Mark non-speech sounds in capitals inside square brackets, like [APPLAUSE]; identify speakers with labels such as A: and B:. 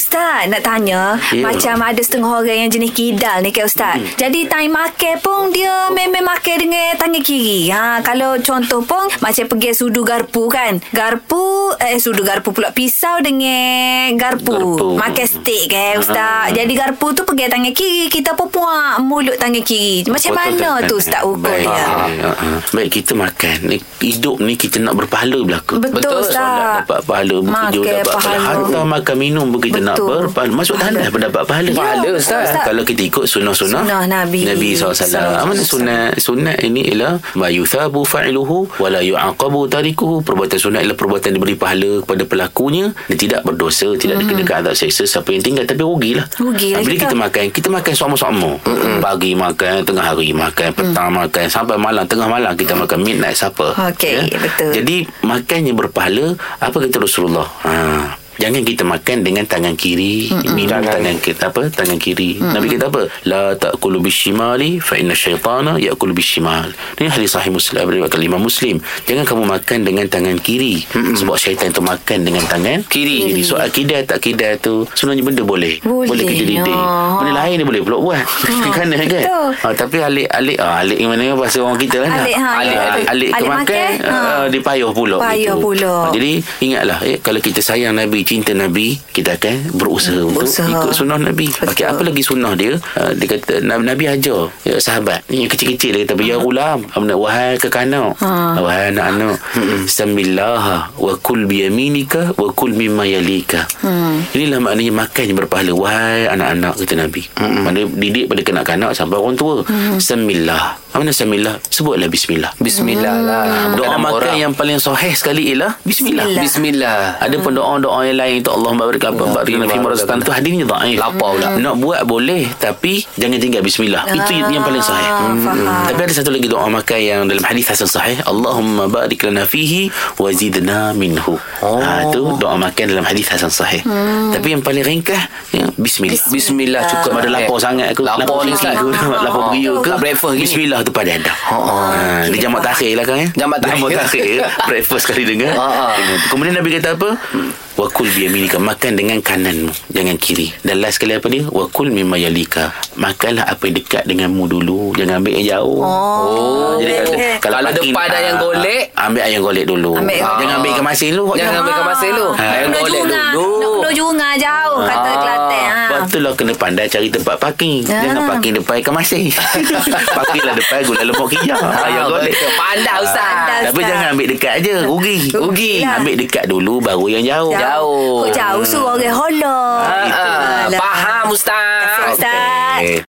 A: Ustaz nak tanya
B: Ya.
A: Macam ada setengah orang yang jenis kidal ni ke Ustaz hmm. Jadi tangan makan pun dia memang makan dengan tangan kiri ha, Kalau contoh pun macam pergi sudu garpu kan Garpu eh sudu garpu pula pisau dengan garpu,
B: Garpu.
A: Makan steak ke Ustaz
B: Ah.
A: Jadi garpu tu pergi tangan kiri Kita pun puak mulut tangan kiri Macam mana
B: Betul,
A: tu
B: kan?
A: Ustaz
B: Baik.
A: hukumnya
B: Ha, ha, ha. Baik kita makan Ni, Hidup ni kita nak berpahala belaka
A: Betul, Ustaz.
B: Solat dapat pahala Bekerja
A: Makan
B: dapat pahala
A: pahala.
B: Hantar makan minum pun kita nak
A: Betul.
B: berpahala Masuk tanah pun dapat pahala
A: Ya, Pahala, Ustaz. Ustaz.
B: Kalau kita ikut sunnah-sunnah
A: Sunnah Nabi.
B: Nabi
A: Sallallahu
B: SAW Mana
A: alaihi wasallam.
B: sunnah Sunnah ini ialah Ma yuthabu fa'iluhu Wa la yu'aqabu tarikuhu Perbuatan sunnah ialah perbuatan diberi pahala Kepada pelakunya Dan tidak berdosa Tidak dikenakan azab seksa Siapa yang tinggal Tapi rugilah
A: Rugilah
B: Ha, Bila
A: kita.
B: kita makan kita makan sama-sama mm pagi makan tengah hari makan petang makan sampai malam tengah malam kita makan midnight supper
A: Okey, betul.
B: Ya. jadi makannya berpahala apa kata Rasulullah ha Jangan kita makan dengan tangan kiri, mm minum tangan kiri apa? Tangan kiri. Nabi kata apa? La ta'kulu bishimali fa inna syaitana ya'kulu bishimal. Ini hadis sahih Muslim diriwayatkan Imam Muslim. Jangan kamu makan dengan tangan kiri mm sebab syaitan itu makan dengan tangan kiri. kiri. So akidah tak akidah tu sebenarnya benda boleh.
A: Boleh,
B: boleh kita didik.
A: ya.
B: Benda lain dia boleh pula buat. Ha, [LAUGHS] kan kan?
A: Ah, betul.
B: Ha, tapi alik alik ah alik yang mana bahasa orang kita lah.
A: Alik, ha, ya.
B: alik, alik, alik,
A: Alik
B: kemakan
A: makan, ha.
B: ah, dia payuh pula.
A: Payuh pula.
B: Ha, jadi ingatlah eh, kalau kita sayang Nabi, cinta Nabi, kita akan berusaha untuk
A: Berusaha.
B: ikut sunnah Nabi.
A: Betul.
B: Okey, apa lagi sunnah dia? Ha, dia kata Nabi, Nabi ajar ya, sahabat yang kecil-kecil dia kata ya gulam, amna wahai kekanak.
A: Ha.
B: Wahai anak-anak, samillaha wa kul bi yaminika wa kul mimma yalika. Inilah maknanya makan yang berpahala wahai anak-anak kata Nabi. Hmm. Mana didik pada kanak-kanak sampai orang tua. Hmm. Semillah. Apa Mana semillah? Sebutlah bismillah.
C: Bismillah lah
B: Doa makan
C: Bukan nama orang.
B: yang ya. paling sahih sekali ialah bismillah.
A: Bismillah.
C: Bismillah
B: Ada pun doa-doa yang lain tu Allah barik apa
C: Hmm. Ya,
B: Mbak Rina
C: terima
B: Fimar Rastan tu hadisnya dhaif.
C: Lapar pula.
B: eh. Nak buat boleh tapi jangan tinggal bismillah. Itu
A: Ah,
B: yang paling sahih. Hmm,
A: faham.
B: Tapi ada satu lagi doa makan yang dalam hadis hasan sahih, Allahumma barik lana fihi wa zidna minhu.
C: Oh.
B: Ha
C: Hmm.
B: tu doa makan dalam hadis hasan sahih. Tapi yang paling ringkas ya, bismillah.
C: Bismillah cukup
B: Sama ada lapar sangat ke
C: Ah, eh, Lapar ni, Ustaz.
B: sikit ke
C: Ah.
B: Lapar periuk ke
C: Tak breakfast gini.
B: Bismillah tu pada ada
C: ah.
B: ha, Dia jamak takhir lah kan ya?
C: Jamak takhir.
B: Jamak takhir
C: [LAUGHS]
B: Breakfast kali dengar
C: Ah, ah.
B: Dengan- Kemudian Nabi kata apa
C: Hmm.
B: Wakul biyaminika Makan dengan kananmu Jangan kiri Dan last sekali apa dia Wakul mimma yalika Makanlah apa yang dekat denganmu dulu Jangan ambil yang jauh
A: Oh,
B: Jadi kalau,
A: boleh.
C: Kalau
B: pagi
C: depan
B: ni,
C: ada yang
B: ah,
C: golek.
B: Ambil ayam golek dulu
A: Ambil.
B: Ah. Jangan ambil kemasin lu
C: Jangan ambil kemasin lu
B: Ah.
C: Ayam
A: Nak
C: golek
A: jungah
C: dulu
A: Nak kena jungah jauh Kata
C: Ah,
A: Kelantan ha.
B: Sebab tu lah kena pandai cari tempat parking.
A: Ah.
B: Jangan parking depan ikan masin. Parkinglah depan gula lemak hijau. Ayam golek.
C: Ah, betul. Pandai Ustaz
A: Pandai.
B: Ah, Tapi
A: Ustaz.
B: jangan ambil dekat je Rugi
A: Rugi lah.
B: Ambil dekat dulu Baru yang jauh
C: Jauh.
A: Kau jauh suruh orang holok.
C: Ah, ah.
A: Alah.
C: Faham
A: Terima kasih,
C: Ustaz
A: Ustaz.
B: Okey.